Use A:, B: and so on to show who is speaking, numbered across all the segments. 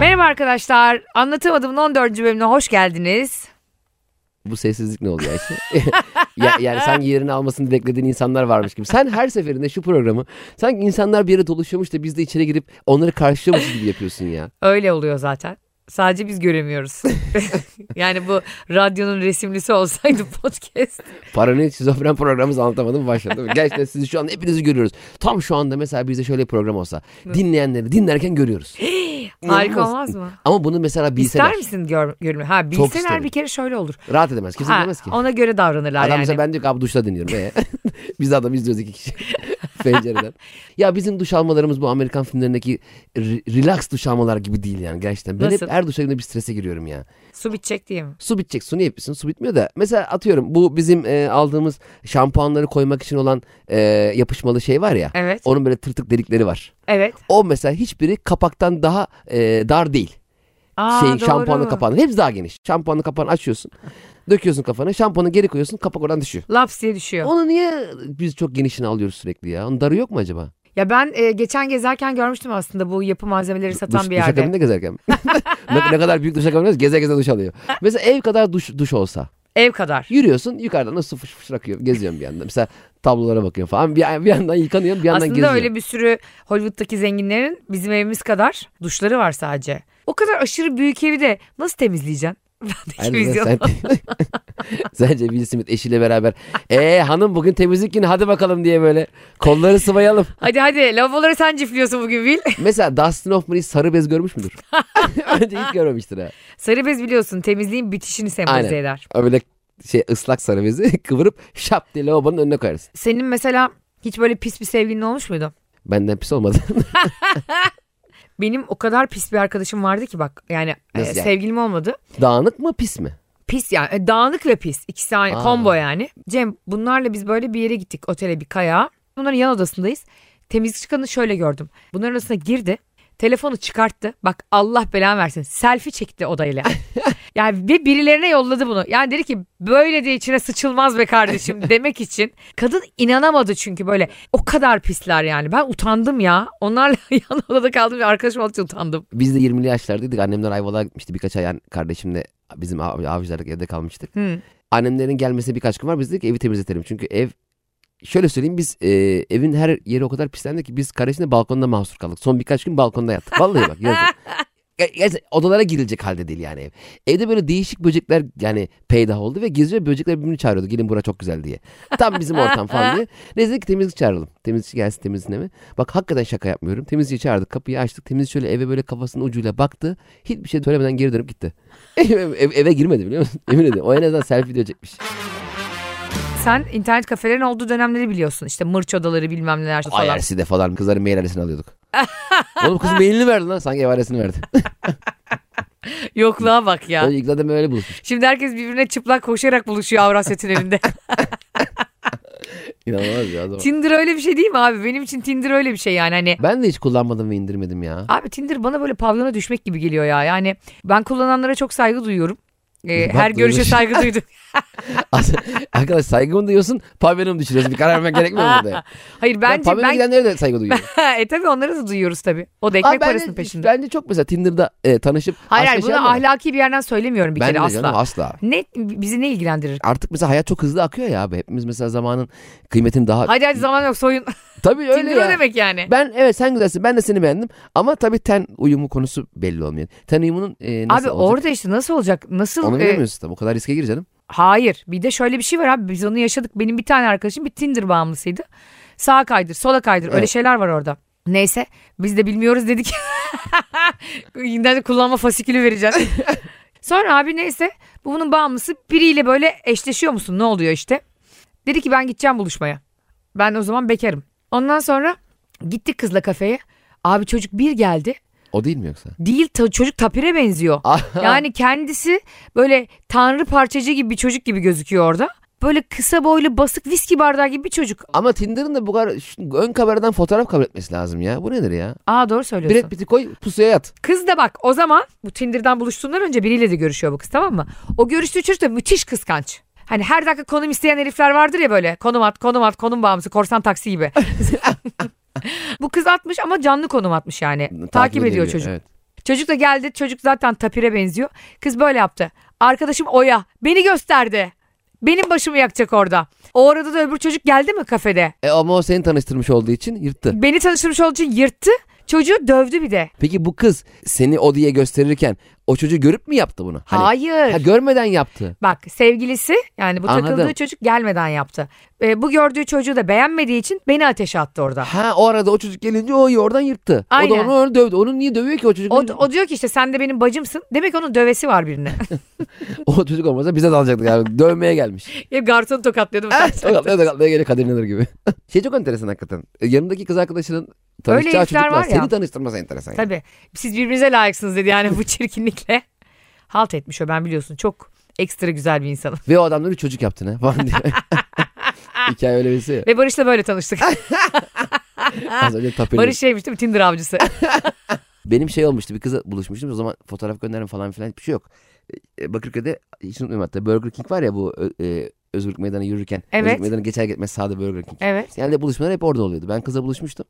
A: Merhaba arkadaşlar. Anlatamadım'ın 14. bölümüne hoş geldiniz.
B: Bu sessizlik ne oluyor Ayşe? ya, yani sanki yerini almasını beklediğin insanlar varmış gibi. Sen her seferinde şu programı sanki insanlar bir yere doluşuyormuş da biz de içeri girip onları karşılıyormuşuz gibi yapıyorsun ya.
A: Öyle oluyor zaten. Sadece biz göremiyoruz. yani bu radyonun resimlisi olsaydı podcast.
B: Paranoid şizofren programımız anlatamadım başladı. Gerçekten sizi şu an hepinizi görüyoruz. Tam şu anda mesela bizde şöyle bir program olsa. Dinleyenleri dinlerken görüyoruz.
A: Harika
B: İnanılmaz.
A: olmaz mı?
B: Ama bunu mesela bilseler
A: İster misin gör, görme? Ha bilseler
B: isterim.
A: bir kere şöyle olur.
B: rahat edemez. Kimse
A: Ha,
B: dinlemez ki.
A: ona göre davranırlar
B: Adam
A: yani.
B: mesela ben diyor ki abi duşta dinliyorum. E, biz de adam izliyoruz iki kişi. Pencereden. Ya bizim duş almalarımız bu Amerikan filmlerindeki re- relax duş almalar gibi değil yani gerçekten. Ben
A: Nasıl?
B: hep her duşa girdiğimde bir strese giriyorum ya.
A: Su bitecek diyeyim.
B: Su bitecek. Su niye bitsin? Su bitmiyor da. Mesela atıyorum bu bizim e, aldığımız şampuanları koymak için olan e, yapışmalı şey var ya.
A: Evet.
B: Onun böyle tırtık delikleri var.
A: Evet.
B: O mesela hiçbiri kapaktan daha e, dar değil.
A: Aa,
B: şey
A: doğru.
B: şampuanın kapağının hepsi daha geniş. Şampuanın kapağını açıyorsun. döküyorsun kafana. Şampuanı geri koyuyorsun. Kapak oradan düşüyor.
A: Laps diye düşüyor.
B: Onu niye biz çok genişini alıyoruz sürekli ya? Onun darı yok mu acaba?
A: Ya ben e, geçen gezerken görmüştüm aslında bu yapı malzemeleri satan
B: duş,
A: bir
B: duş
A: yerde.
B: akabinde gezerken. mi? ne, ne kadar büyük duş akabinde geze geze duş alıyor. Mesela ev kadar duş, duş olsa.
A: Ev kadar.
B: Yürüyorsun yukarıdan da su fış fış akıyor. Geziyorum bir yandan. Mesela tablolara bakıyorum falan. Bir, bir yandan yıkanıyorum bir yandan
A: Aslında
B: geziyorum.
A: öyle bir sürü Hollywood'daki zenginlerin bizim evimiz kadar duşları var sadece. O kadar aşırı büyük evi de nasıl temizleyeceksin? Ben de hiç
B: Aynen,
A: vizyon-
B: sen- Sence Will Smith eşiyle beraber. Eee hanım bugün temizlik günü hadi bakalım diye böyle kolları sıvayalım.
A: Hadi hadi lavaboları sen cifliyorsun bugün Will.
B: Mesela Dustin Hoffman hiç sarı bez görmüş müdür? Önce hiç görmemiştir ha.
A: Sarı bez biliyorsun temizliğin bitişini sembolize
B: Aynen.
A: eder.
B: Öyle şey ıslak sarı bezi kıvırıp şap diye lavabonun önüne koyarsın.
A: Senin mesela hiç böyle pis bir sevgilin olmuş muydu?
B: Benden pis olmadı.
A: Benim o kadar pis bir arkadaşım vardı ki bak yani, e,
B: Nasıl yani?
A: sevgilim olmadı.
B: Dağınık mı pis mi?
A: Pis yani E, dağınık ve pis ikisi aynı
B: Aa.
A: combo yani. Cem bunlarla biz böyle bir yere gittik otele bir kayağa. Bunların yan odasındayız. Temizlik çıkanı şöyle gördüm. Bunların arasına girdi. Telefonu çıkarttı. Bak Allah belanı versin. Selfie çekti odayla. yani ve birilerine yolladı bunu. Yani dedi ki böyle diye içine sıçılmaz be kardeşim demek için. Kadın inanamadı çünkü böyle. O kadar pisler yani. Ben utandım ya. Onlarla yan odada kaldım. ve Arkadaşım olduğu için utandım.
B: Biz de 20'li yaşlardaydık. Annemler Ayvalık'a gitmişti. Birkaç ay yani kardeşimle bizim av- avcılardaki evde kalmıştık.
A: Hı.
B: Annemlerin gelmesine birkaç gün var. Biz dedik ki evi temizletelim. Çünkü ev şöyle söyleyeyim biz e, evin her yeri o kadar pislendi ki biz kardeşimle balkonda mahsur kaldık. Son birkaç gün balkonda yattık. Vallahi bak yazık. Ger- gerçekten odalara girilecek halde değil yani ev. Evde böyle değişik böcekler yani peydah oldu ve geziyor böcekler birbirini çağırıyordu. Gelin bura çok güzel diye. Tam bizim ortam falan diye. Neyse dedik ki temizlik çağıralım. Temizlikçi gelsin temizleme. Bak hakikaten şaka yapmıyorum. Temizliği çağırdık kapıyı açtık. Temizlik şöyle eve böyle kafasının ucuyla baktı. Hiçbir şey söylemeden geri dönüp gitti. Ev- ev- eve girmedi biliyor musun? Emin ediyorum. O en azından selfie de çekmiş.
A: Sen internet kafelerin olduğu dönemleri biliyorsun. İşte mırç odaları bilmem neler falan.
B: IRC'de falan kızların mail adresini alıyorduk. Oğlum kız mailini verdi lan. Sanki ev adresini verdi.
A: Yokluğa bak ya.
B: Önce ilk zaten böyle buluşmuş.
A: Şimdi herkes birbirine çıplak koşarak buluşuyor Avrasya Tüneli'nde.
B: İnanılmaz ya. o zaman.
A: Tinder öyle bir şey değil mi abi? Benim için Tinder öyle bir şey yani hani.
B: Ben de hiç kullanmadım ve indirmedim ya.
A: Abi Tinder bana böyle pavyona düşmek gibi geliyor ya. Yani ben kullananlara çok saygı duyuyorum. Ee,
B: Bak, şey-
A: her görüşe
B: duymuş.
A: saygı duydum.
B: As- Arkadaş saygı mı duyuyorsun, pavyonu mu düşürüyorsun? Bir karar vermek gerekmiyor mu burada?
A: Hayır
B: Ben
A: bence ben...
B: pavyona gidenlere de saygı duyuyorum.
A: e tabii onları da duyuyoruz tabii. O da ekmek
B: Abi
A: parasının
B: bence,
A: peşinde.
B: Bence çok mesela Tinder'da e, tanışıp
A: hayır
B: aşk
A: hayır bunu
B: yaşayan da var.
A: ahlaki bir yerden söylemiyorum bir
B: Bence
A: kere
B: de
A: asla.
B: canım, asla.
A: Ne bizi ne ilgilendirir?
B: Artık mesela hayat çok hızlı akıyor ya abi. Hepimiz mesela zamanın kıymetini daha...
A: Hadi hadi zaman yok soyun.
B: Tabii öyle
A: Tinder o
B: ya.
A: demek yani.
B: Ben evet sen güzelsin ben de seni beğendim ama tabii ten uyumu konusu belli olmuyor. Ten uyumunun e, nasıl
A: Abi
B: olacak?
A: orada işte nasıl olacak?
B: Onu
A: Nasıl? e,
B: bilemiyorsun tabii o kadar riske gir canım.
A: hayır. Bir de şöyle bir şey var abi. Biz onu yaşadık. Benim bir tane arkadaşım bir Tinder bağımlısıydı. Sağa kaydır, sola kaydır. Öyle
B: Evet.
A: şeyler var orada. Neyse biz de bilmiyoruz dedik. Yine de kullanma fasikülü vereceğiz. Sonra abi neyse bu bunun bağımlısı biriyle böyle eşleşiyor musun? Ne oluyor işte? Dedi ki ben gideceğim buluşmaya. Ben o zaman bekarım. Ondan sonra gittik kızla kafeye. Abi çocuk bir geldi.
B: O değil mi yoksa? Ah,
A: Değil ta- çocuk tapire benziyor. Yani kendisi böyle tanrı parçacı gibi bir çocuk gibi gözüküyor orada. Böyle kısa boylu basık viski bardağı gibi bir çocuk.
B: Ama Tinder'ın da bu kadar şu ön kameradan fotoğraf kabul etmesi lazım ya. Bu nedir ya?
A: Aa doğru söylüyorsun.
B: Brad Pitt'i koy pusuya yat.
A: Kız da bak o zaman bu Tinder'dan buluştuğundan önce biriyle de görüşüyor bu kız tamam mı? O görüştüğü çocuk da müthiş kıskanç. Hani her dakika konum isteyen herifler vardır ya böyle konum at konum at konum bağımlısı korsan taksi gibi. bu kız atmış ama canlı konum atmış yani. Takip, ediyor
B: ediliyor,
A: çocuk.
B: evet.
A: Çocuk da geldi. Çocuk zaten tapire benziyor. Kız böyle yaptı. Arkadaşım Oya beni gösterdi. Benim başımı yakacak orada. O arada da öbür çocuk geldi mi kafede?
B: E ama o seni tanıştırmış olduğu için yırttı.
A: Beni tanıştırmış olduğu için yırttı. Çocuğu dövdü bir de.
B: Peki bu kız seni o diye gösterirken o çocuğu görüp mü yaptı bunu? Hani-
A: Hayır.
B: Ha, görmeden yaptı.
A: Bak sevgilisi yani bu
B: Anladım.
A: takıldığı çocuk gelmeden yaptı. E, bu gördüğü çocuğu da beğenmediği için beni ateşe attı orada.
B: Ha o arada o çocuk gelince o oradan yırttı. O da
A: Aynen.
B: onu, onu dövdü. Onu niye dövüyor ki o çocuk?
A: O, o diyor ki işte sen de benim bacımsın. Demek ki onun dövesi var birine.
B: O çocuk olmasa bize dalacaktı galiba. Dövmeye gelmiş.
A: Hep garsonu tokatlıyordum.
B: Evet. Tokatlaya tokatlaya geliyor Kadir İnanır gibi. şey çok enteresan hakikaten. E, Yanındaki kız arkadaşının tanışacağı
A: herifler
B: çocukla
A: var ya.
B: seni tanıştırması enteresan. yani.
A: Tabii. Siz birbirinize layıksınız dedi yani bu çirkinlikle. Halt etmiş o ben biliyorsun. Çok ekstra güzel bir insanım.
B: Ve o adamları çocuk yaptın ha falan diye. Hikaye öyle birisi ya.
A: Ve Barış'la böyle tanıştık.
B: Az önce tapeli.
A: Barış şeymiş değil mi? Tinder avcısı.
B: Benim şey olmuştu bir kıza buluşmuştum. O zaman fotoğraf gönderim falan filan hiçbir şey yok. E, Bakırköy'de hiç unutmuyorum hatta Burger King var ya bu ö- e, Özgürlük Meydanı yürürken.
A: Evet.
B: Özgürlük Meydanı geçer geçmez sağda Burger King.
A: evet.
B: Genelde buluşmalar hep orada oluyordu. Ben kızla buluşmuştum.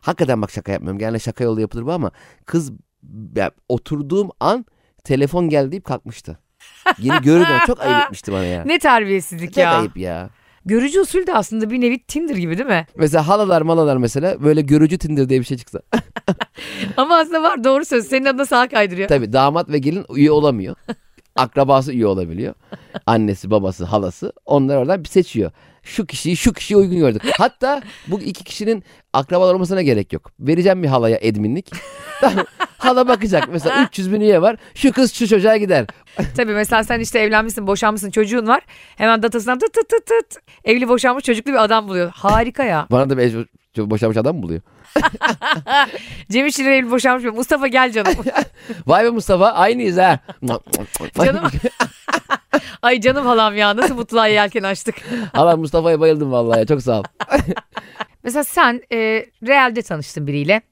B: Hakikaten bak şaka yapmıyorum. Genelde şaka yolu yapılır bu ama kız ya, oturduğum an telefon geldi deyip kalkmıştı. Yeni görürdüm ama çok ayıp etmişti bana ya.
A: Ah. Ne terbiyesizlik
B: Çok
A: ya.
B: ayıp ya.
A: Görücü usulü de aslında bir nevi Tinder gibi değil mi?
B: Mesela halalar malalar mesela böyle görücü Tinder diye bir şey çıksa.
A: Ama aslında var doğru söz. Senin adına sağa kaydırıyor.
B: Tabii damat ve gelin üye olamıyor. Akrabası üye olabiliyor. Annesi, babası, halası. Onlar oradan bir seçiyor. Şu kişiyi şu kişiye uygun gördük. Hatta bu iki kişinin akrabalar olmasına gerek yok. Vereceğim bir halaya edminlik. Tamam. Hala bakacak. Mesela 300 bin üye var. Şu kız şu çocuğa gider.
A: Tabii mesela sen işte evlenmişsin, boşanmışsın, çocuğun var. Hemen datasından tıt tıt tıt tıt. Evli boşanmış çocuklu bir adam buluyor. Harika ya.
B: Bana da mecbur boşanmış adam mı buluyor?
A: Cem İşçiler evli boşanmış. mı? Mustafa gel canım.
B: Vay be Mustafa aynıyız ha.
A: Canım. Ay canım halam ya nasıl mutluluğa yelken açtık.
B: Hala Mustafa'ya bayıldım vallahi. Çok sağ ol.
A: Mesela sen e, realde tanıştın biriyle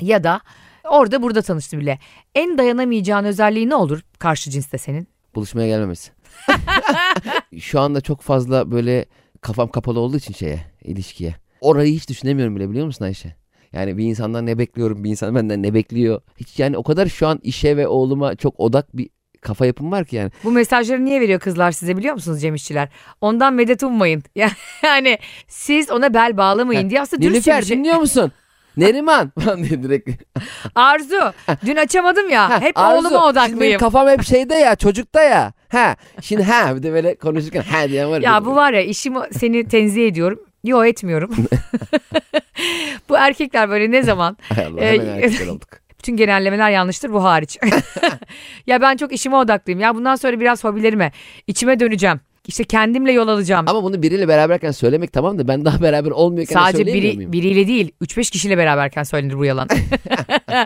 A: ya da orada burada tanıştın biriyle. En dayanamayacağın özelliği ne olur karşı cinste senin?
B: buluşmaya gelmemesi. Şu anda çok fazla böyle kafam kapalı olduğu için şeye, ilişkiye. Orayı hiç düşünemiyorum bile biliyor musun Ayşe? Yani bir insandan ne bekliyorum, bir insan benden ne bekliyor? Hiç yani o kadar şu an işe ve oğluma çok odak bir kafa yapım var ki yani.
A: Bu mesajları niye veriyor kızlar size biliyor musunuz Cem İşçiler? Ondan medet ummayın. Yani siz ona bel bağlamayın diye aslında dürüstçe bir
B: Nilüfer
A: şey.
B: dinliyor musun? Neriman falan diye direkt.
A: Arzu dün açamadım ya hep
B: Arzu,
A: oğluma
B: Şimdi benim
A: odaklıyım.
B: kafam hep şeyde ya çocukta ya. Ha şimdi ha bir de böyle konuşurken ha diyen var.
A: Ya bu var ya işim o- seni tenzih ediyorum. Yo etmiyorum. bu erkekler böyle ne zaman
B: Hay Allah,
A: e,
B: hemen erkekler olduk.
A: Bütün genellemeler yanlıştır bu hariç. ya ben çok işime odaklıyım. Ya bundan sonra biraz hobilerime, içime döneceğim. İşte kendimle yol alacağım.
B: Ama bunu biriyle beraberken söylemek tamam da ben daha beraber olmuyorken de
A: Sadece
B: söyleyemiyor
A: biri,
B: muyum?
A: biriyle değil, 3-5 kişiyle beraberken söylenir bu yalan.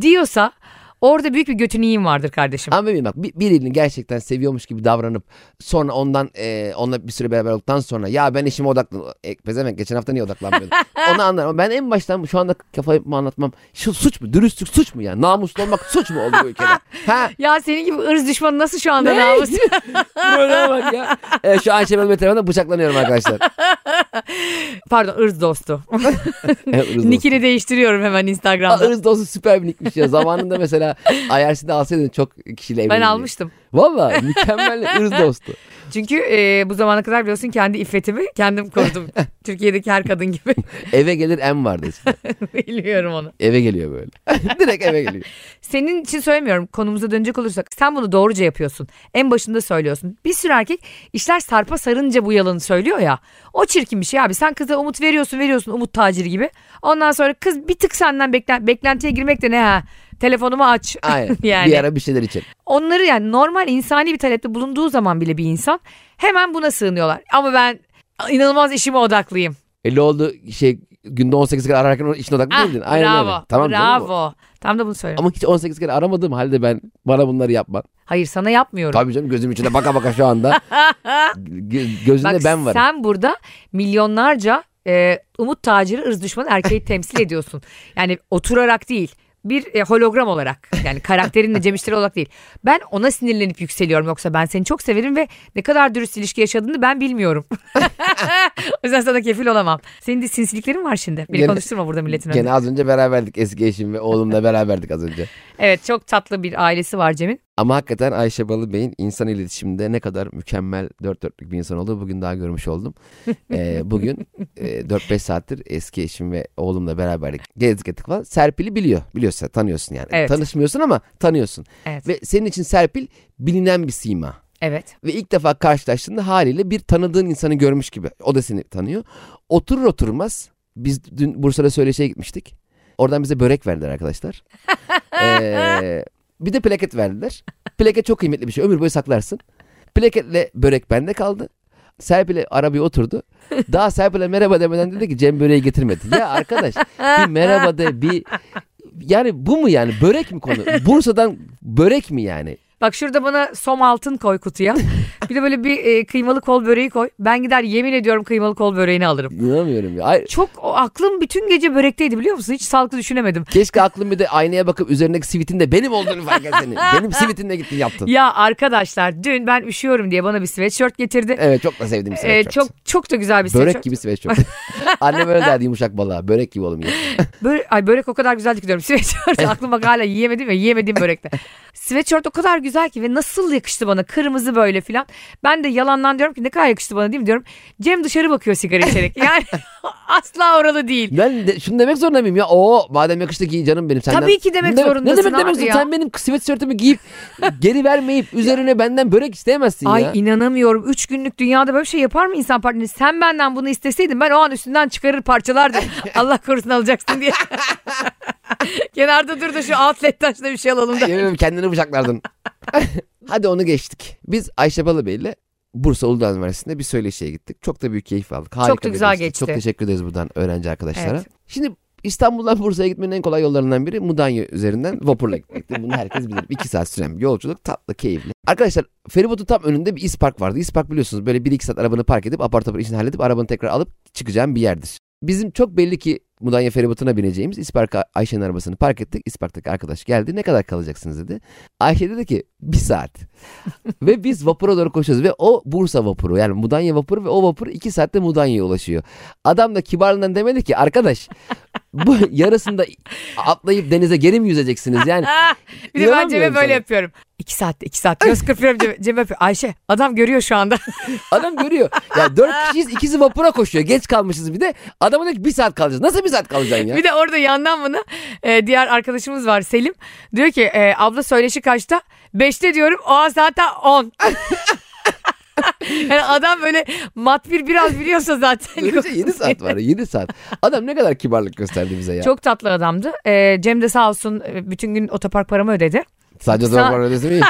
A: Diyorsa orada büyük bir götün iyiyim vardır kardeşim.
B: Ama bebeğim bak bir- birini gerçekten seviyormuş gibi davranıp sonra ondan e, onunla bir süre beraber olduktan sonra ya ben işime odaklan. E, pezevenk geçen hafta niye odaklanmıyordun? Onu anlarım. Ama Ben en baştan şu anda kafayı mı anlatmam. Şu suç mu? Dürüstlük suç mu ya? Namuslu olmak suç mu oluyor bu ülkede? Ha?
A: Ya senin gibi ırz düşmanı nasıl şu anda
B: Ne?
A: namus?
B: Böyle bak ya. E, şu an Ayşe Bölme tarafından bıçaklanıyorum arkadaşlar.
A: Pardon ırz dostu.
B: E, ırz dostu.
A: Nikini değiştiriyorum hemen
B: Aa,
A: Instagram'da.
B: ırz dostu süper bir nickmiş ya. Zamanında mesela IRC'de alsaydın çok kişiyle evlenirdi.
A: Ben almıştım.
B: Valla mükemmel ırz dostu.
A: Çünkü e, bu zamana kadar biliyorsun kendi iffetimi kendim korudum. Türkiye'deki her kadın gibi
B: Eve gelir em vardı eskiden.
A: biliyorum onu.
B: Eve geliyor böyle. Direkt eve geliyor.
A: Senin için söylemiyorum konumuza dönecek olursak sen bunu doğruca yapıyorsun. En başında söylüyorsun. Bir sürü erkek işler sarpa sarınca bu yalanı söylüyor ya. O çirkin bir şey abi. Sen kıza umut veriyorsun veriyorsun umut taciri gibi. Ondan sonra kız bir tık senden beklen beklentiye girmek de ne ha. Telefonumu aç.
B: Aynen.
A: Yani.
B: Bir ara bir şeyler için.
A: Onları yani normal insani bir talepte bulunduğu zaman bile bir insan hemen buna sığınıyorlar. Ama ben inanılmaz işime odaklıyım.
B: E ne oldu şey günde 18 kere ararken onun işine odaklı değildin.
A: Ah,
B: Aynen
A: bravo.
B: öyle. Tamam canım bu.
A: bravo. Tam da bunu söylüyorum.
B: Ama hiç 18 kere aramadığım halde ben bana bunları yapma.
A: Hayır sana yapmıyorum.
B: Tabii canım gözüm içine baka baka şu anda. Gö- gözünde
A: Bak
B: ben varım.
A: sen burada milyonlarca e, umut taciri ırz düşmanı erkeği temsil ediyorsun. Yani oturarak değil. bir e, hologram olarak yani karakterinle cemişleri olarak değil. Ben ona sinirlenip yükseliyorum yoksa ben seni çok severim ve ne kadar dürüst ilişki yaşadığını ben bilmiyorum. o yüzden sana kefil olamam. Senin de sinsiliklerin var şimdi. Beni
B: Gene-
A: konuşturma burada milletin önünde.
B: Gene az önce beraberdik eski eşim ve oğlumla beraberdik az önce.
A: Evet çok tatlı bir ailesi var Cem'in.
B: Ama hakikaten Ayşe Balıbey'in insan iletişiminde ne kadar mükemmel dört dörtlük bir insan olduğu bugün daha görmüş oldum. Ee, bugün e, 4-5 saattir eski eşim ve oğlumla beraberlik gezdik ettik falan. Serpil'i biliyor. Biliyorsun sen, tanıyorsun yani.
A: Evet.
B: Tanışmıyorsun ama tanıyorsun.
A: Evet.
B: Ve senin için Serpil bilinen bir sima.
A: Evet.
B: Ve ilk defa karşılaştığında haliyle bir tanıdığın insanı görmüş gibi. O da seni tanıyor. Oturur oturmaz biz dün Bursa'da söyleşiye gitmiştik. Oradan bize börek verdiler arkadaşlar. Ee, bir de plaket verdiler. Plaket çok kıymetli bir şey. Ömür boyu saklarsın. Plaketle börek bende kaldı. Serpil'e arabaya oturdu. Daha Serpil'e merhaba demeden dedi ki Cem böreği getirmedi. Ya arkadaş bir merhaba de bir... Yani bu mu yani? Börek mi konu? Bursa'dan börek mi yani?
A: Bak şurada bana som altın koy kutuya. Bir de böyle bir e, kıymalı kol böreği koy. Ben gider yemin ediyorum kıymalı kol böreğini alırım.
B: İnanamıyorum ya. Ay-
A: Çok o, aklım bütün gece börekteydi biliyor musun? Hiç sağlıklı düşünemedim.
B: Keşke aklım bir de aynaya bakıp üzerindeki sivitin de benim olduğunu fark etseni. benim sivitimle gittin yaptın.
A: Ya arkadaşlar dün ben üşüyorum diye bana bir sweatshirt getirdi.
B: Evet çok da sevdiğim
A: Ee,
B: sweatshirt.
A: çok çok da güzel bir
B: Börek
A: sweatshirt.
B: gibi sweatshirt. Annem öyle derdi yumuşak balığa. Börek gibi oğlum. ya.
A: Böre- ay börek o kadar güzeldi ki diyorum. Sweatshirt aklım bak hala yiyemedim ya yiyemediğim börekte. Sweatshirt o kadar güzel ki ve nasıl yakıştı bana kırmızı böyle filan. Ben de yalandan diyorum ki ne kadar yakıştı bana değil mi diyorum. Cem dışarı bakıyor sigara içerek. Yani asla oralı değil.
B: Ben de, şunu demek zorunda mıyım ya? Oo madem yakıştı giy canım benim senden.
A: Tabii ki demek
B: ne, Ne
A: zorundasın
B: demek demek
A: abi
B: zorunda?
A: ya.
B: Sen benim sweatshirtimi giyip geri vermeyip üzerine benden börek isteyemezsin
A: Ay
B: ya.
A: inanamıyorum. Üç günlük dünyada böyle bir şey yapar mı insan partneri? Sen benden bunu isteseydin ben o an üstünden çıkarır parçalardım. Allah korusun alacaksın diye. Kenarda dur da şu outlet'ten şuna bir şey alalım da.
B: Yemin ederim kendini bıçaklardın. Hadi onu geçtik. Biz Ayşe Balıbey'le Bursa Uludağ Üniversitesi'nde bir söyleşiye gittik. Çok da büyük keyif aldık. Harika
A: da
B: bir
A: güzel
B: geçti.
A: geçti.
B: Çok teşekkür ederiz buradan öğrenci arkadaşlara.
A: Evet.
B: Şimdi İstanbul'dan Bursa'ya gitmenin en kolay yollarından biri Mudanya üzerinden vapurla gitmekti. Bunu herkes bilir. İki saat süren bir yolculuk tatlı, keyifli. Arkadaşlar feribotun tam önünde bir ispark vardı. İspark biliyorsunuz böyle bir iki saat arabanı park edip apar topar işini halledip arabanı tekrar alıp çıkacağın bir yerdir. Bizim çok belli ki Mudanya feribotuna bineceğimiz İspark'a Ayşe'nin arabasını park ettik. İspark'taki arkadaş geldi. Ne kadar kalacaksınız dedi. Ayşe dedi ki bir saat. ve biz vapura doğru koşuyoruz. Ve o Bursa vapuru yani Mudanya vapuru ve o vapur iki saatte Mudanya'ya ulaşıyor. Adam da kibarlığından demedi ki arkadaş bu yarısında atlayıp denize geri mi yüzeceksiniz yani?
A: bir de ben
B: inanamıyorum
A: Cem'e böyle
B: sana.
A: yapıyorum. İki saatte iki saat. Göz kırpıyorum Cem'e. Cem'e yapıyorum. Ayşe adam görüyor şu anda.
B: Adam görüyor. Ya dört kişiyiz ikisi vapura koşuyor. Geç kalmışız bir de. Adama diyor ki bir saat kalacağız. Nasıl bir saat kalacaksın ya?
A: bir de orada yandan bana e, diğer arkadaşımız var Selim. Diyor ki e, abla söyleşi kaçta? Beşte diyorum. O an zaten on. yani adam böyle mat bir biraz biliyorsa zaten.
B: Böylece 7 saat var 7 saat. Adam ne kadar kibarlık gösterdi bize ya.
A: Çok tatlı adamdı. Ee, Cem de sağ olsun e, bütün gün otopark paramı ödedi.
B: Sadece zor
A: Sa-
B: var ödesi miyim?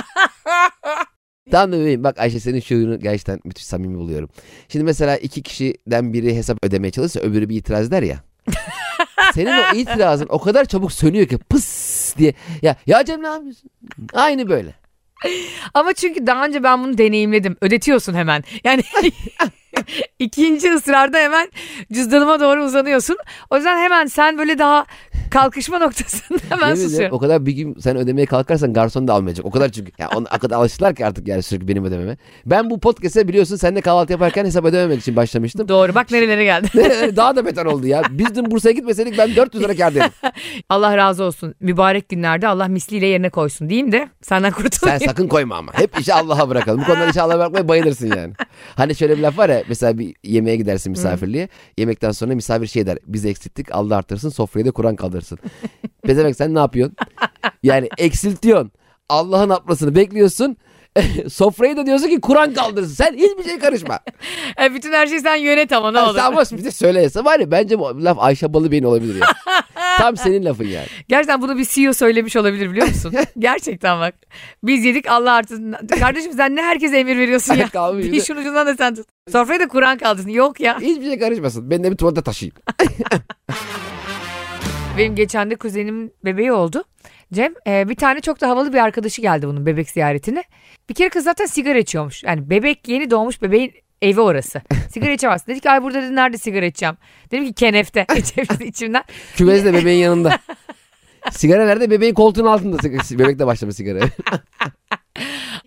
B: Tamam da bebeğim bak Ayşe senin şuyunu gerçekten müthiş samimi buluyorum. Şimdi mesela iki kişiden biri hesap ödemeye çalışsa öbürü bir itiraz der ya. senin o itirazın o kadar çabuk sönüyor ki pıs diye. Ya, ya Cem ne yapıyorsun? Aynı böyle.
A: Ama çünkü daha önce ben bunu deneyimledim. Ödetiyorsun hemen. Yani ikinci ısrarda hemen cüzdanıma doğru uzanıyorsun. O yüzden hemen sen böyle daha kalkışma noktasında hemen
B: Yemin ederim
A: susuyorsun.
B: O kadar bir gün sen ödemeye kalkarsan garson da almayacak. O kadar çünkü. Ya ona o kadar alıştılar ki artık yani sürekli benim ödememe. Ben bu podcast'e biliyorsun sen de kahvaltı yaparken hesap ödememek için başlamıştım.
A: Doğru bak nerelere geldi.
B: Daha da beter oldu ya. Biz dün Bursa'ya gitmeseydik ben 400 lira kârdaydım.
A: Allah razı olsun. Mübarek günlerde Allah misliyle yerine koysun diyeyim de senden kurtulayım.
B: Sen sakın koyma ama. Hep işi Allah'a bırakalım. Bu konuda işi Allah'a bırakmaya bayılırsın yani. Hani şöyle bir laf var ya mesela bir yemeğe gidersin misafirliğe. Yemekten sonra misafir şey der. Biz eksilttik Allah artırsın sofrayı da Kur'an kaldırsın. Bezemek sen ne yapıyorsun? Yani eksiltiyorsun. Allah'ın atmasını bekliyorsun. sofrayı da diyorsun ki Kur'an kaldırsın. Sen hiçbir şey karışma.
A: E, Bütün her şeyi sen yönet ama ne
B: Sen
A: olur.
B: boş bir şey söyleyese var ya bence bu laf Ayşe Balıbey'in olabilir ya. Tam senin lafın yani.
A: Gerçekten bunu bir CEO söylemiş olabilir biliyor musun? Gerçekten bak. Biz yedik Allah artırsın. Kardeşim sen ne herkese emir veriyorsun ya.
B: Kalmış bir de.
A: bir şunun ucundan da sen tut. Sofraya da Kur'an kaldırsın. Yok ya.
B: Hiçbir şey karışmasın. Ben de bir tuvalete taşıyayım.
A: Benim geçen de kuzenim bebeği oldu. Cem e, bir tane çok da havalı bir arkadaşı geldi bunun bebek ziyaretine. Bir kere kız zaten sigara içiyormuş. Yani bebek yeni doğmuş bebeğin evi orası. Sigara içemezsin. Dedi ki ay burada dedi nerede sigara içeceğim. Dedim ki kenefte. İçim- İçimden.
B: Küvezle bebeğin yanında. Sigara nerede? Bebeğin koltuğun altında. Sig- Bebek de başlamış sigara.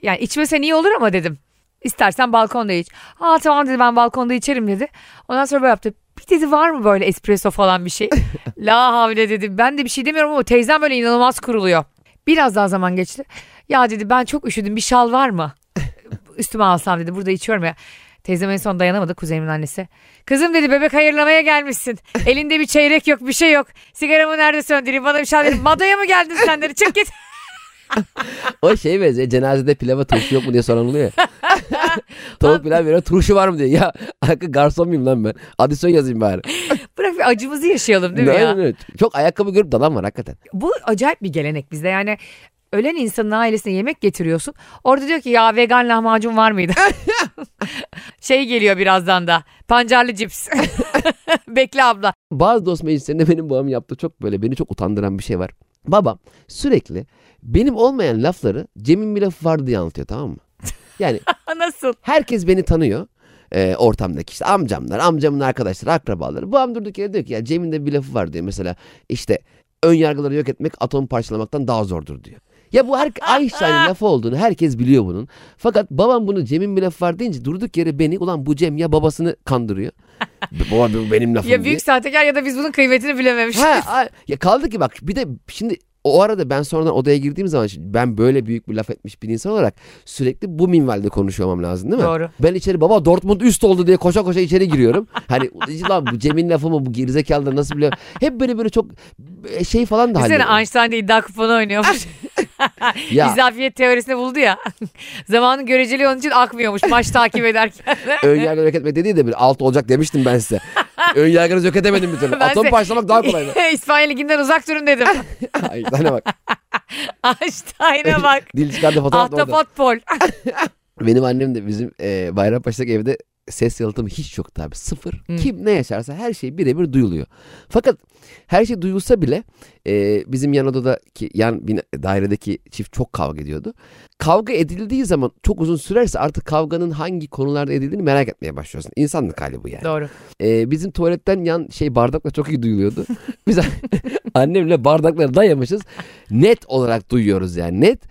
A: Yani içmesen iyi olur ama dedim. İstersen balkonda iç. Aa tamam dedi ben balkonda içerim dedi. Ondan sonra böyle yaptı. Bir dedi var mı böyle espresso falan bir şey? La havle dedi. Ben de bir şey demiyorum ama teyzem böyle inanılmaz kuruluyor. Biraz daha zaman geçti. Ya dedi ben çok üşüdüm bir şal var mı? Üstüme alsam dedi burada içiyorum ya. Teyzem en son dayanamadı kuzenimin annesi. Kızım dedi bebek hayırlamaya gelmişsin. Elinde bir çeyrek yok bir şey yok. Sigaramı nerede söndüreyim bana bir şal verin. Madoya mı geldin sen dedi çık git.
B: o şey benziyor. Cenazede pilava turşu yok mu diye soran oluyor ya. Tavuk pilav veriyor. Turşu var mı diye. Ya arka garson muyum lan ben? Adisyon yazayım bari.
A: Bırak bir acımızı yaşayalım değil mi ya?
B: Aynen öyle. Çok ayakkabı görüp dalan var hakikaten.
A: Bu acayip bir gelenek bizde yani ölen insanın ailesine yemek getiriyorsun. Orada diyor ki ya vegan lahmacun var mıydı? şey geliyor birazdan da pancarlı cips. Bekle abla.
B: Bazı dost meclislerinde benim babam yaptığı çok böyle beni çok utandıran bir şey var. Babam sürekli benim olmayan lafları Cem'in bir lafı var diye anlatıyor tamam mı? Yani
A: Nasıl?
B: herkes beni tanıyor. e, ortamdaki işte amcamlar, amcamın arkadaşları, akrabaları. Babam durduk yere diyor ki ya Cem'in de bir lafı var diyor. Mesela işte ön yargıları yok etmek atom parçalamaktan daha zordur diyor. Ya bu her
A: Ah,
B: Einstein'ın lafı olduğunu herkes biliyor bunun. Fakat babam bunu Cem'in bir lafı var deyince durduk yere beni ulan bu Cem ya babasını kandırıyor. Baba bu benim lafım
A: Ya
B: diye.
A: büyük sahtekar ya da biz bunun kıymetini bilememişiz.
B: Ha, a- ya kaldı ki bak bir de şimdi o arada ben sonradan odaya girdiğim zaman şimdi ben böyle büyük bir laf etmiş bir insan olarak sürekli bu minvalde konuşuyor olmam lazım değil mi?
A: Doğru.
B: Ben içeri baba Dortmund üst oldu diye koşa koşa içeri giriyorum. hani lan bu Cem'in lafı mı bu gerizekalı da nasıl biliyor? Hep böyle böyle çok şey falan da
A: Düşünsene
B: hallediyorum.
A: Einstein de iddia kuponu oynuyormuş.
B: Ya
A: İzafiyet teorisini buldu ya. Zamanın göreceliği onun için akmıyormuş maç takip ederken.
B: önyargıları yok etme dediği de bir alt olacak demiştim ben size. Önyargınızı yok edemedim bir türlü.
A: Ben
B: Atom
A: size-
B: parçalamak daha kolay.
A: İspanya Ligi'nden uzak durun dedim.
B: Ay, sana bak.
A: Einstein'a bak.
B: Dil çıkardı fotoğraf da orada.
A: Ahtapot pol.
B: Benim annem de bizim e, Bayrampaşa'daki evde ses yalıtımı hiç yoktu abi. Sıfır.
A: Hmm.
B: Kim ne yaşarsa her şey birebir duyuluyor. Fakat her şey duyulsa bile e, bizim yan odadaki yan bina, dairedeki çift çok kavga ediyordu. Kavga edildiği zaman çok uzun sürerse artık kavganın hangi konularda edildiğini merak etmeye başlıyorsun. İnsanlık hali bu yani.
A: Doğru.
B: E, bizim tuvaletten yan şey bardakla çok iyi duyuluyordu. Biz annemle bardakları dayamışız. Net olarak duyuyoruz yani net.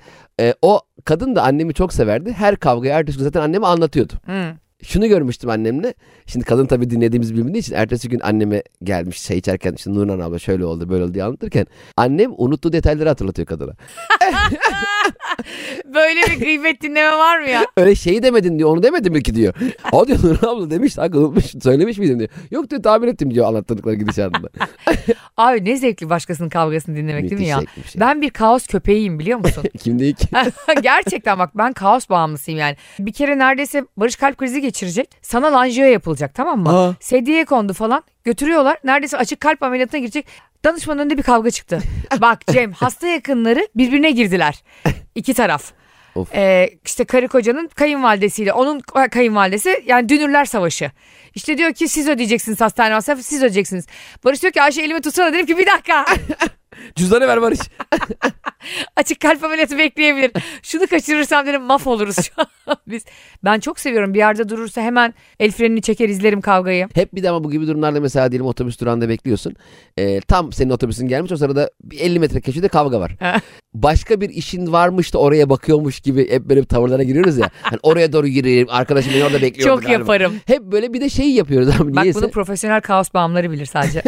B: E, o kadın da annemi çok severdi. Her kavgayı ertesi gün zaten anneme anlatıyordu.
A: Hı.
B: Şunu görmüştüm annemle. Şimdi kadın tabii dinlediğimiz bilmediği için ertesi gün anneme gelmiş şey içerken işte Nurhan abla şöyle oldu böyle oldu diye anlatırken annem unuttuğu detayları hatırlatıyor kadına.
A: Böyle bir gıybet dinleme var mı ya?
B: Öyle şeyi demedin diyor onu demedin mi ki diyor. O diyor Nurhan abla demiş haklı unutmuş söylemiş miydim diyor. Yok diyor tahmin ettim diyor anlattıkları gidişatında.
A: Abi ne zevkli başkasının kavgasını dinlemek değil mi
B: Müthiş
A: ya?
B: zevkli bir şey.
A: Ben bir kaos köpeğiyim biliyor musun?
B: Kim değil ki?
A: Gerçekten bak ben kaos bağımlısıyım yani. Bir kere neredeyse Barış kalp krizi geçirecek. Sana lanjiyo yapılacak tamam mı?
B: Aa.
A: Sediye kondu falan. Götürüyorlar. Neredeyse açık kalp ameliyatına girecek. Danışmanın önünde bir kavga çıktı. Bak Cem hasta yakınları birbirine girdiler. İki taraf.
B: Of.
A: Ee, işte karı kocanın kayınvalidesiyle onun kay- kayınvalidesi yani dünürler savaşı. İşte diyor ki siz ödeyeceksiniz hastane masrafı siz ödeyeceksiniz. Barış diyor ki Ayşe elimi tutsana dedim ki bir dakika
B: Cüzdanı ver Barış.
A: açık kalp ameliyatı bekleyebilir. Şunu kaçırırsam dedim maf oluruz şu an biz. Ben çok seviyorum bir yerde durursa hemen el frenini çeker izlerim kavgayı.
B: Hep bir de ama bu gibi durumlarda mesela diyelim otobüs durağında bekliyorsun. Ee, tam senin otobüsün gelmiş o sırada bir 50 metre köşede kavga var. Başka bir işin varmış da oraya bakıyormuş gibi hep böyle bir tavırlara giriyoruz ya. Hani oraya doğru gireyim arkadaşım beni orada bekliyordu
A: çok
B: galiba.
A: yaparım.
B: Hep böyle bir de şey yapıyoruz abi
A: Bak
B: niyeyse.
A: bunu profesyonel kaos bağımları bilir sadece.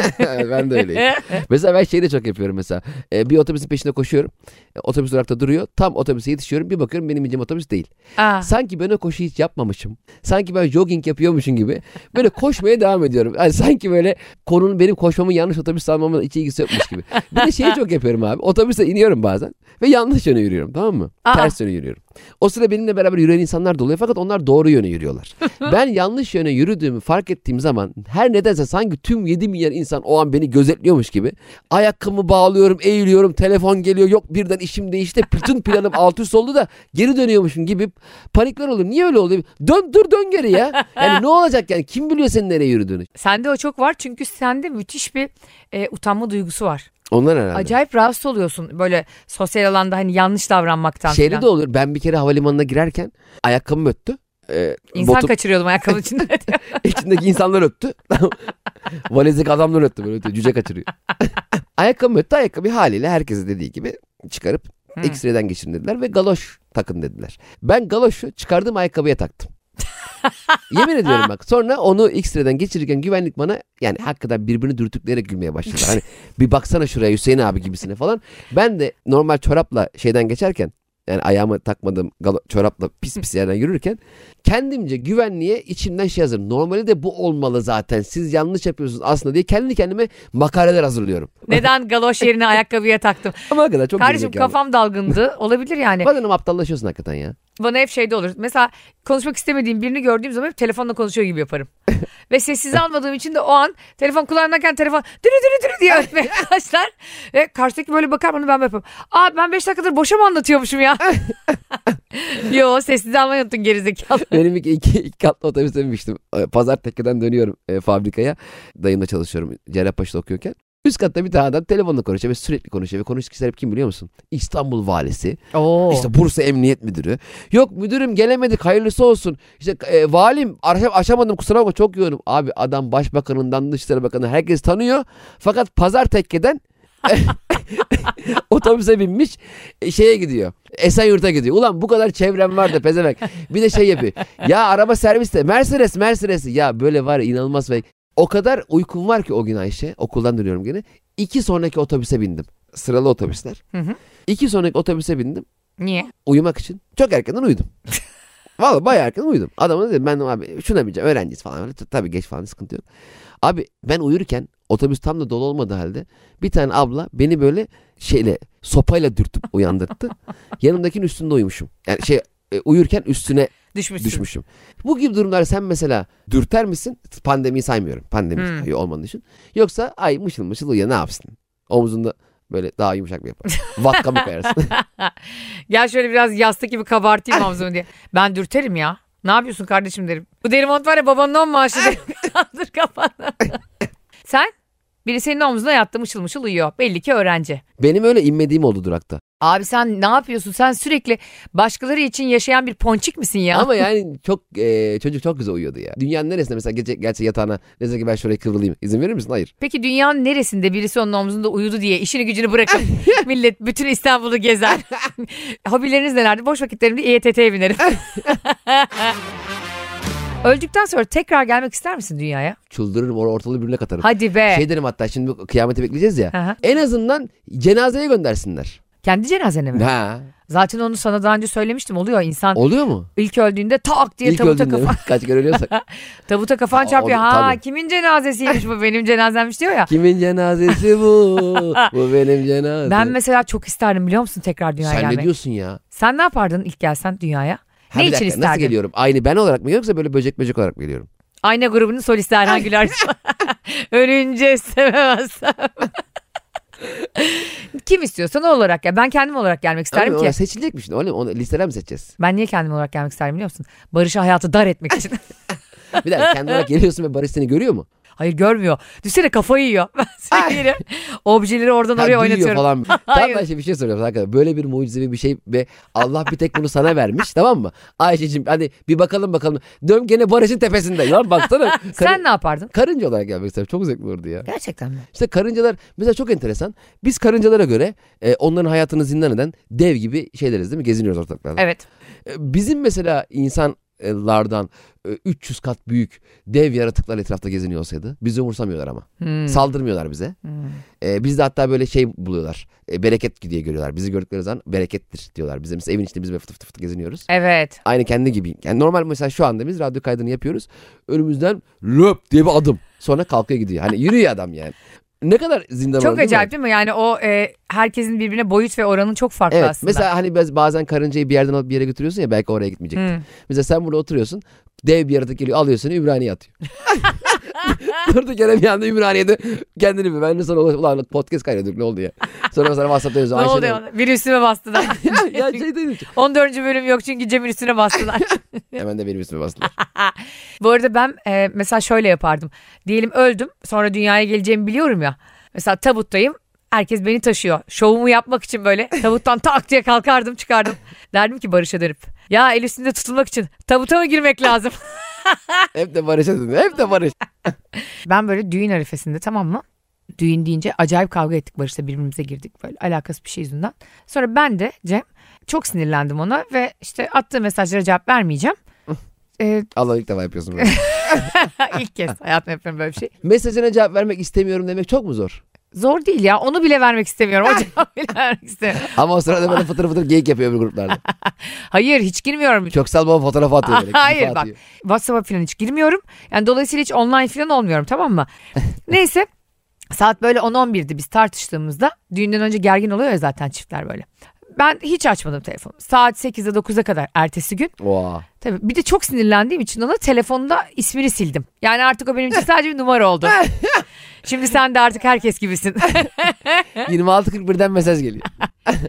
B: ben de öyleyim. mesela ben şeyi de çok yapıyorum mesela. Ee, bir otobüsün peşinde koşuyorum. Ee, Otobüs durakta duruyor. Tam otobüse yetişiyorum. Bir bakıyorum benim bineceğim otobüs değil.
A: Aa,
B: Sanki ben o koşu hiç yapmamışım. Sanki ben jogging yapıyormuşum gibi. Böyle koşmaya devam ediyorum. Yani sanki böyle konunun benim koşmamın yanlış otobüs almamın hiç ilgisi yokmuş gibi. Bir de şeyi çok yapıyorum abi. Otobüse iniyorum bazen ve yanlış yöne yürüyorum tamam mı?
A: Aa.
B: Ters yöne yürüyorum. O sıra benimle beraber yürüyen insanlar da oluyor fakat onlar doğru yöne yürüyorlar. ben yanlış yöne yürüdüğümü fark ettiğim zaman her nedense sanki tüm 7 milyar insan o an beni gözetliyormuş gibi. Ayakkabımı bağlıyorum, eğiliyorum, telefon geliyor. Yok birden işim değişti. Bütün planım alt üst oldu da geri dönüyormuşum gibi panikler oluyor. Niye öyle oluyor? Dön dur dön geri ya. Yani ne olacak yani? Kim biliyor senin nereye yürüdüğünü?
A: sende o çok var çünkü sende müthiş bir e, utanma duygusu var.
B: Onlar herhalde.
A: Acayip rahatsız oluyorsun böyle sosyal alanda hani yanlış davranmaktan.
B: Şeyli
A: falan.
B: de olur. Ben bir kere havalimanına girerken ayakkabım öttü. Ee,
A: İnsan
B: botum-
A: kaçırıyordum ayakkabının içinde.
B: İçindeki insanlar öptü. Valizdeki adamlar öptü böyle öptü. Cüce kaçırıyor. Ayakkabı öttü ayakkabı haliyle herkese dediği gibi çıkarıp
A: Hı.
B: X-ray'den geçirin dediler ve galoş takın dediler. Ben galoşu çıkardığım ayakkabıya taktım. Yemin ediyorum bak. Sonra onu X-ray'den geçirirken güvenlik bana yani hakikaten birbirini dürtükleyerek gülmeye başladılar. Hani bir baksana şuraya Hüseyin abi gibisine falan. Ben de normal çorapla şeyden geçerken yani ayağımı takmadığım galo- çorapla pis pis yerden yürürken kendimce güvenliğe içimden şey hazırım. Normali de bu olmalı zaten. Siz yanlış yapıyorsunuz aslında diye kendi kendime makaleler hazırlıyorum.
A: Neden galoş yerine ayakkabıya taktım?
B: Ama hakikaten çok
A: Kardeşim
B: gerizekalı.
A: kafam dalgındı. Olabilir yani.
B: Bazen ama aptallaşıyorsun hakikaten ya.
A: Bana hep şeyde olur. Mesela konuşmak istemediğim birini gördüğüm zaman hep telefonla konuşuyor gibi yaparım. Ve sessize almadığım için de o an telefon kulağımdayken telefon dürü dürü dürü diye ötmeye başlar. Ve karşıdaki böyle bakar bana ben böyle yaparım. Aa ben 5 dakikadır boşa mı anlatıyormuşum ya? Yo sessize almayı unuttun gerizekalı.
B: Benim iki, iki, iki katlı otobüse binmiştim. Ee, Pazar tekkeden dönüyorum e, fabrikaya. Dayımla çalışıyorum Cerrahpaşa'da okuyorken. Üst katta bir tane adam telefonla konuşuyor ve sürekli konuşuyor. Ve konuştuğu kişiler hep kim biliyor musun? İstanbul valisi,
A: Oo.
B: işte Bursa Emniyet Müdürü. Yok müdürüm gelemedik hayırlısı olsun. İşte e, valim aşa- aşamadım kusura bakma çok yoğunum. Abi adam başbakanından dışişleri bakanı herkes tanıyor. Fakat pazar tekkeden otobüse binmiş e, şeye gidiyor. Esenyurt'a gidiyor. Ulan bu kadar çevrem var da pezevenk. Bir de şey yapıyor. Ya araba serviste Mercedes Mercedes. Ya böyle var ya inanılmaz fake. O kadar uykum var ki o gün Ayşe. Okuldan dönüyorum gene. İki sonraki otobüse bindim. Sıralı otobüsler.
A: Hı hı.
B: İki sonraki otobüse bindim
A: Niye?
B: uyumak için çok erkenden uyudum. Vallahi bayağı erken uyudum. Adama dedim ben abi şuna bineceğim öğrenciyiz falan. Öyle, tabii geç falan sıkıntı yok. Abi ben uyurken otobüs tam da dolu olmadığı halde bir tane abla beni böyle şeyle sopayla dürtüp uyandırttı. Yanımdakinin üstünde uyumuşum. Yani şey e, uyurken üstüne
A: Düşmüşsün.
B: düşmüşüm. Bu gibi durumlar sen mesela dürter misin? Pandemiyi saymıyorum. Pandemi
A: Hmm.
B: olmanın için. Yoksa ay mışıl mışıl uyan ne yapsın? Omzunda böyle daha yumuşak bir yapar. Vatka mı koyarsın?
A: Gel şöyle biraz yastık gibi kabartayım omzumu diye. Ben dürterim ya. Ne yapıyorsun kardeşim derim. Bu derim var ya babanın on maaşı derim. Dur kafanı. Sen? Biri senin omzuna yattı mışıl mışıl uyuyor. Belli ki öğrenci.
B: Benim öyle inmediğim oldu durakta.
A: Abi sen ne yapıyorsun? Sen sürekli başkaları için yaşayan bir ponçik misin ya?
B: Ama yani çok e, çocuk çok güzel uyuyordu ya. Dünyanın neresinde mesela gece gelse yatağına dese ki ben şuraya kıvrılayım. İzin verir misin? Hayır.
A: Peki dünyanın neresinde birisi onun omzunda uyudu diye işini gücünü bırakıp millet bütün İstanbul'u gezer. Hobileriniz nelerdi? Boş vakitlerimde İETT'ye binerim. Öldükten sonra tekrar gelmek ister misin dünyaya?
B: Çıldırırım or ortalığı birbirine katarım.
A: Hadi be.
B: Şey derim hatta şimdi bu kıyameti bekleyeceğiz ya.
A: Aha.
B: En azından cenazeye göndersinler.
A: Kendi cenazene mi?
B: Ha.
A: Zaten onu sana daha önce söylemiştim. Oluyor insan
B: Oluyor mu?
A: ilk öldüğünde tak diye
B: İlk
A: tabuta,
B: öldüğünde
A: kafa,
B: kaç kere ölüyorsak.
A: tabuta kafan
B: Aa,
A: çarpıyor.
B: onu-
A: Ha
B: tabii.
A: kimin cenazesiymiş bu benim cenazemmiş diyor ya.
B: Kimin cenazesi bu? bu benim cenazem.
A: Ben mesela çok isterdim biliyor musun tekrar dünyaya
B: Sen
A: gelmeyi.
B: ne diyorsun ya?
A: Sen ne yapardın ilk gelsen dünyaya?
B: Ha,
A: ne
B: bir
A: için
B: dakika, Nasıl
A: isterdin?
B: geliyorum? Aynı ben olarak mı yoksa böyle böcek böcek olarak mı geliyorum?
A: Ayna grubunun solisti Erhan Güler. Ölünce sevemezsem. Kim istiyorsan o olarak ya. Ben kendim olarak gelmek isterim
B: Abi,
A: ki.
B: o Seçilecek mi şimdi? Öyle mi? Onu listeler mi seçeceğiz?
A: Ben niye kendim olarak gelmek isterim biliyor musun? Barış'a hayatı dar etmek için.
B: Bir dakika kendi olarak geliyorsun ve Barış seni görüyor mu?
A: Hayır görmüyor. Düşsene kafayı yiyor. Ben
B: Ay.
A: sevgilim. Objeleri oradan
B: Ha,
A: oraya
B: duyuyor
A: oynatıyorum.
B: falan.
A: Hayır.
B: Tam Ayşe bir şey soruyorum arkadaşlar. Böyle bir mucizevi bir şey ve Allah bir tek bunu sana vermiş tamam mı? Ayşe'cim hadi bir bakalım bakalım. Dön gene Barış'ın tepesinde. Lan baksana.
A: Sen ne yapardın?
B: Karınca olarak gelmek isterim. Çok zevkli olurdu ya.
A: Gerçekten mi?
B: İşte karıncalar mesela çok enteresan. Biz karıncalara göre e, onların hayatını zindan eden dev gibi şeyleriz değil mi? Geziniyoruz ortalıklarda.
A: Evet.
B: E, Bizim mesela insanlardan e, 300 kat büyük dev yaratıklar etrafta geziniyor olsaydı bizi umursamıyorlar ama.
A: Hmm.
B: Saldırmıyorlar bize.
A: Hmm.
B: Ee, biz de hatta böyle şey buluyorlar. Ee, bereket diye görüyorlar. Bizi gördükleri zaman berekettir diyorlar. Bize mesela evin içinde biz böyle fıtı fıtı fıtı geziniyoruz.
A: Evet.
B: Aynı kendi gibi. Yani normal mesela şu anda biz radyo kaydını yapıyoruz. Önümüzden löp diye bir adım. Sonra kalkıyor gidiyor. Hani yürüyor adam yani. Ne kadar zindan
A: Çok
B: oranı değil mi?
A: acayip değil mi? Yani o e, herkesin birbirine boyut ve oranın çok farklı
B: Evet.
A: aslında.
B: Mesela hani biz- bazen karıncayı bir yerden alıp bir yere götürüyorsun ya belki oraya gitmeyecek.
A: Hmm.
B: Mesela sen burada oturuyorsun. Dev bir yaratık geliyor alıyor seni Ümraniye'ye atıyor. Durduk yere bir anda Ümraniye'de kendini bir ben de sonra ulan podcast kaydediyorduk ne oldu ya. Sonra mesela WhatsApp'ta yazıyor.
A: Ne
B: Ayşe
A: oldu ya? Biri üstüme bastılar.
B: ya şey değil.
A: 14. bölüm yok çünkü Cem'in üstüne bastılar.
B: Hemen de benim üstüme bastılar.
A: Bu arada ben e, mesela şöyle yapardım. Diyelim öldüm sonra dünyaya geleceğimi biliyorum ya. Mesela tabuttayım herkes beni taşıyor. Şovumu yapmak için böyle tabuttan tak diye kalkardım çıkardım. Derdim ki Barış'a dönüp. Ya el üstünde tutulmak için tabuta mı girmek lazım?
B: Hep de Barış'a dedim. Hep de Barış.
A: ben böyle düğün arifesinde tamam mı? Düğün deyince acayip kavga ettik Barış'la birbirimize girdik böyle alakası bir şey yüzünden. Sonra ben de Cem çok sinirlendim ona ve işte attığı mesajlara cevap vermeyeceğim. Ee,
B: Allah ilk defa yapıyorsun böyle.
A: ilk kez hayatımda yapıyorum böyle bir şey.
B: Mesajına cevap vermek istemiyorum demek çok mu zor?
A: Zor değil ya onu bile vermek istemiyorum. O cevabı bile vermek istemiyorum.
B: Ama o sırada böyle fıtır fıtır geyik yapıyor öbür gruplarda.
A: Hayır hiç girmiyorum.
B: Köksal baba fotoğrafı atıyor böyle.
A: Hayır,
B: gif
A: bak.
B: atıyor.
A: WhatsApp'a falan hiç girmiyorum. Yani dolayısıyla hiç online falan olmuyorum tamam mı? Neyse saat böyle 10-11'di biz tartıştığımızda. Düğünden önce gergin oluyor ya zaten çiftler böyle. Ben hiç açmadım telefonu. Saat 8'e 9'a kadar ertesi gün.
B: Oha.
A: Tabii bir de çok sinirlendiğim için ona telefonda ismini sildim. Yani artık o benim için sadece bir numara oldu. Şimdi sen de artık herkes gibisin.
B: 26.41'den mesaj geliyor.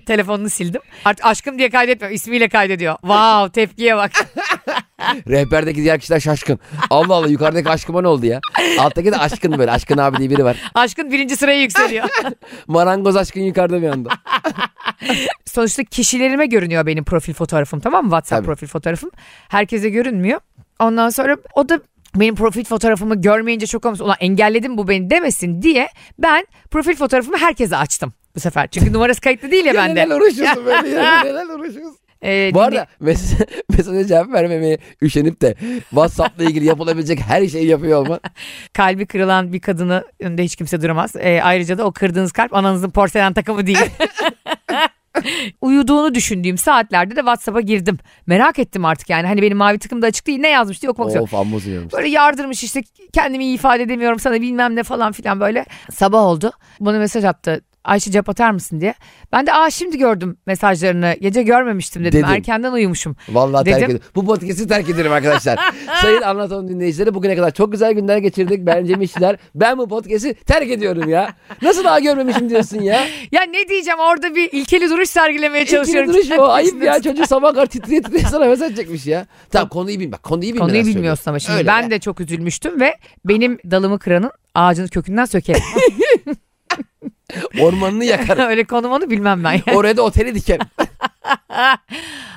A: Telefonunu sildim. Artık aşkım diye kaydetmiyor. ismiyle kaydediyor. Wow tepkiye bak.
B: Rehberdeki diğer kişiler şaşkın. Allah Allah yukarıdaki aşkıma ne oldu ya? Alttaki de aşkın böyle. Aşkın abi diye biri var.
A: Aşkın birinci sıraya yükseliyor.
B: Marangoz aşkın yukarıda bir anda.
A: sonuçta kişilerime görünüyor benim profil fotoğrafım tamam mı? WhatsApp
B: Tabii.
A: profil fotoğrafım. Herkese görünmüyor. Ondan sonra o da benim profil fotoğrafımı görmeyince çok olmuş. Ulan engelledim bu beni demesin diye ben profil fotoğrafımı herkese açtım bu sefer. Çünkü numarası kayıtlı değil ya
B: Ya
A: bende.
B: Neler uğraşıyorsun böyle ya? Neler uğraşıyorsun?
A: Ee,
B: Bu
A: dinle-
B: arada mes- mesaja cevap vermemeye üşenip de WhatsApp'la ilgili yapılabilecek her şeyi yapıyor olma.
A: kalbi kırılan bir kadını önünde hiç kimse duramaz. Ee, ayrıca da o kırdığınız kalp ananızın porselen takımı değil. Uyuduğunu düşündüğüm saatlerde de WhatsApp'a girdim. Merak ettim artık yani. Hani benim mavi tıkım da açık değil. Ne yazmış diye okumak istiyorum.
B: of amma uzuyormuş.
A: Böyle yardırmış işte kendimi iyi ifade edemiyorum sana bilmem ne falan filan böyle. Sabah oldu. Bana mesaj attı. Ayşe cep atar mısın diye. Ben de aa şimdi gördüm mesajlarını. Gece görmemiştim dedim.
B: Dedim.
A: Erkenden uyumuşum.
B: Vallahi terk
A: Dedim.
B: ediyorum. Bu podcast'i terk ederim arkadaşlar. Sayın anlatalım dinleyicilere bugüne kadar çok güzel günler geçirdik. Ben Cem İşçiler. Ben bu podcast'i terk ediyorum ya. Nasıl daha görmemişim diyorsun ya?
A: Ya ne diyeceğim orada bir ilkeli duruş sergilemeye çalışıyorum.
B: İlkinin duruşu o. Ayıp ya.
A: Kendisine-
B: Çocuğu sabah kadar titriye titriye sana mesaj çekmiş ya. Tamam konuyu bilme. Bak konuyu bilme.
A: Konuyu bilmiyorsun ama şimdi.
B: Öyle
A: ben
B: ya.
A: de çok üzülmüştüm ve benim dalımı kıranın ağacını kökünden sökerim.
B: Ormanını yakarım.
A: Öyle konumunu bilmem ben. yani.
B: Oraya da oteli dikerim.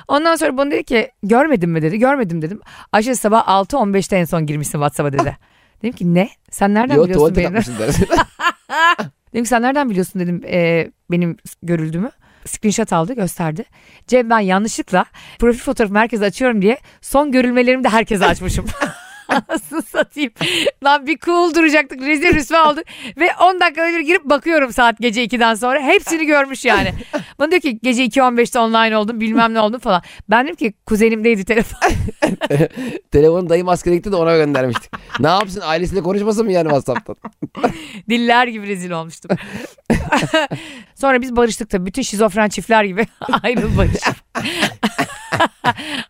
A: Ondan sonra bana dedi ki görmedim mi dedi. Görmedim dedim. Ayşe sabah 6.15'te en son girmişsin WhatsApp'a
B: Ah.
A: dedi. dedim ki ne? Sen nereden
B: Yo
A: biliyorsun
B: tuvalete
A: benim?
B: kapmışsın dersin.
A: Dedim ki sen nereden biliyorsun dedim e, benim görüldüğümü. Screenshot aldı gösterdi. Cem ben yanlışlıkla profil fotoğrafımı herkese açıyorum diye son görülmelerimi de herkese açmışım. Nasıl satayım? Lan bir cool duracaktık. Rezil rüsva olduk. Ve 10 dakikada bir girip bakıyorum saat gece 2'den sonra. Hepsini görmüş yani. Bana diyor ki gece 2.15'te online oldum bilmem ne oldum falan. Ben dedim ki kuzenimdeydi telefon.
B: Telefonu dayım askere gitti de ona göndermiştik. ne yapsın ailesiyle konuşmasın mı yani WhatsApp'tan?
A: Diller gibi rezil olmuştum. Sonra biz barıştık tabii. Bütün şizofren çiftler gibi ayrıl barıştık.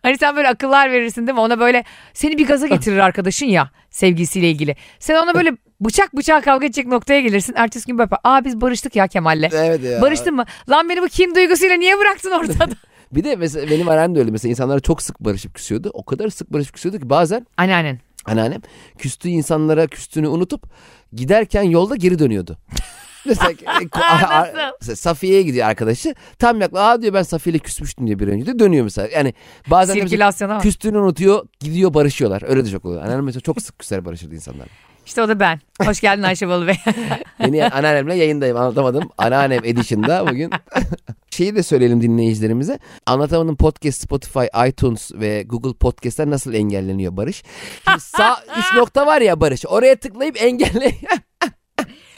A: hani sen böyle akıllar verirsin değil mi? Ona böyle seni bir gaza getirir arkadaşın ya sevgilisiyle ilgili. Sen ona böyle bıçak bıçağa kavga edecek noktaya gelirsin. Ertesi gün böyle yapar. aa biz barıştık ya Kemal'le.
B: evet ya.
A: Barıştın mı? Lan beni bu kin duygusuyla niye bıraktın ortada?
B: Bir de mesela benim annem de öyle. Mesela insanlar çok sık barışıp küsüyordu. O kadar sık barışıp küsüyordu ki bazen
A: Anneannen.
B: anneannem küstüğü insanlara küstüğünü unutup giderken yolda geri dönüyordu. Mesela, e,
A: Nasıl?
B: mesela Safiye'ye gidiyor arkadaşı. Tam yakla aa diyor ben Safiye'yle küsmüştüm diyor bir önce de dönüyor mesela. Yani bazen de mesela
A: Sirkülasyona bak.
B: küstüğünü unutuyor gidiyor barışıyorlar. Öyle de çok oluyor. Anneannem mesela çok sık küser barışırdı insanlar.
A: İşte o da ben. Hoş geldin Ayşe Balı Bey.
B: Yeni anneannemle yayındayım anlatamadım. Anneannem Edition'da bugün. Şeyi de söyleyelim dinleyicilerimize. Anlatamadığım podcast Spotify, iTunes ve Google Podcast'ler nasıl engelleniyor Barış? Şimdi sağ üç nokta var ya Barış. Oraya tıklayıp engelle.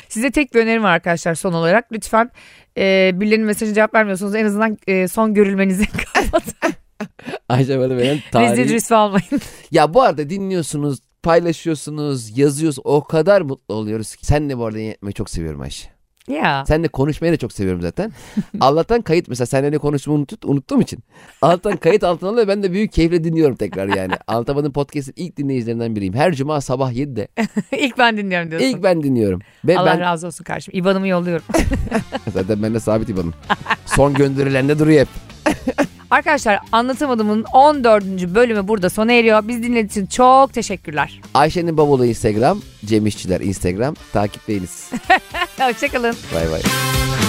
A: Size tek bir önerim var arkadaşlar son olarak. Lütfen e, birilerinin mesajına cevap vermiyorsunuz. En azından e, son görülmenizi kapatın.
B: Ayşe bana veren
A: Rezil
B: tarihi.
A: rüsva olmayın.
B: Ya bu arada dinliyorsunuz, paylaşıyorsunuz, yazıyorsunuz. O kadar mutlu oluyoruz ki. Seninle bu arada yayın yapmayı çok seviyorum Ayşe.
A: ya.
B: Seninle konuşmayı da çok seviyorum zaten. Allah'tan kayıt mesela seninle konuşmayı unut, unuttuğum için. Allah'tan kayıt altına alıyor ben de büyük keyifle dinliyorum tekrar yani. Anlatamadığım podcast'in ilk dinleyicilerinden biriyim. Her cuma sabah 7'de
A: İlk ben dinliyorum diyorsun.
B: ilk ben dinliyorum. Ve
A: Allah
B: ben
A: razı olsun karşım. İban'ımı yolluyorum.
B: zaten ben de sabit ibanım. Son gönderilende duruyor hep.
A: Arkadaşlar anlatamadığımın 14. bölümü burada sona eriyor. Biz dinlediğiniz için çok teşekkürler.
B: Ayşe'nin babalı Instagram, Cem İşçiler Instagram. Takipteyiniz.
A: Hoşçakalın.
B: Bay bay.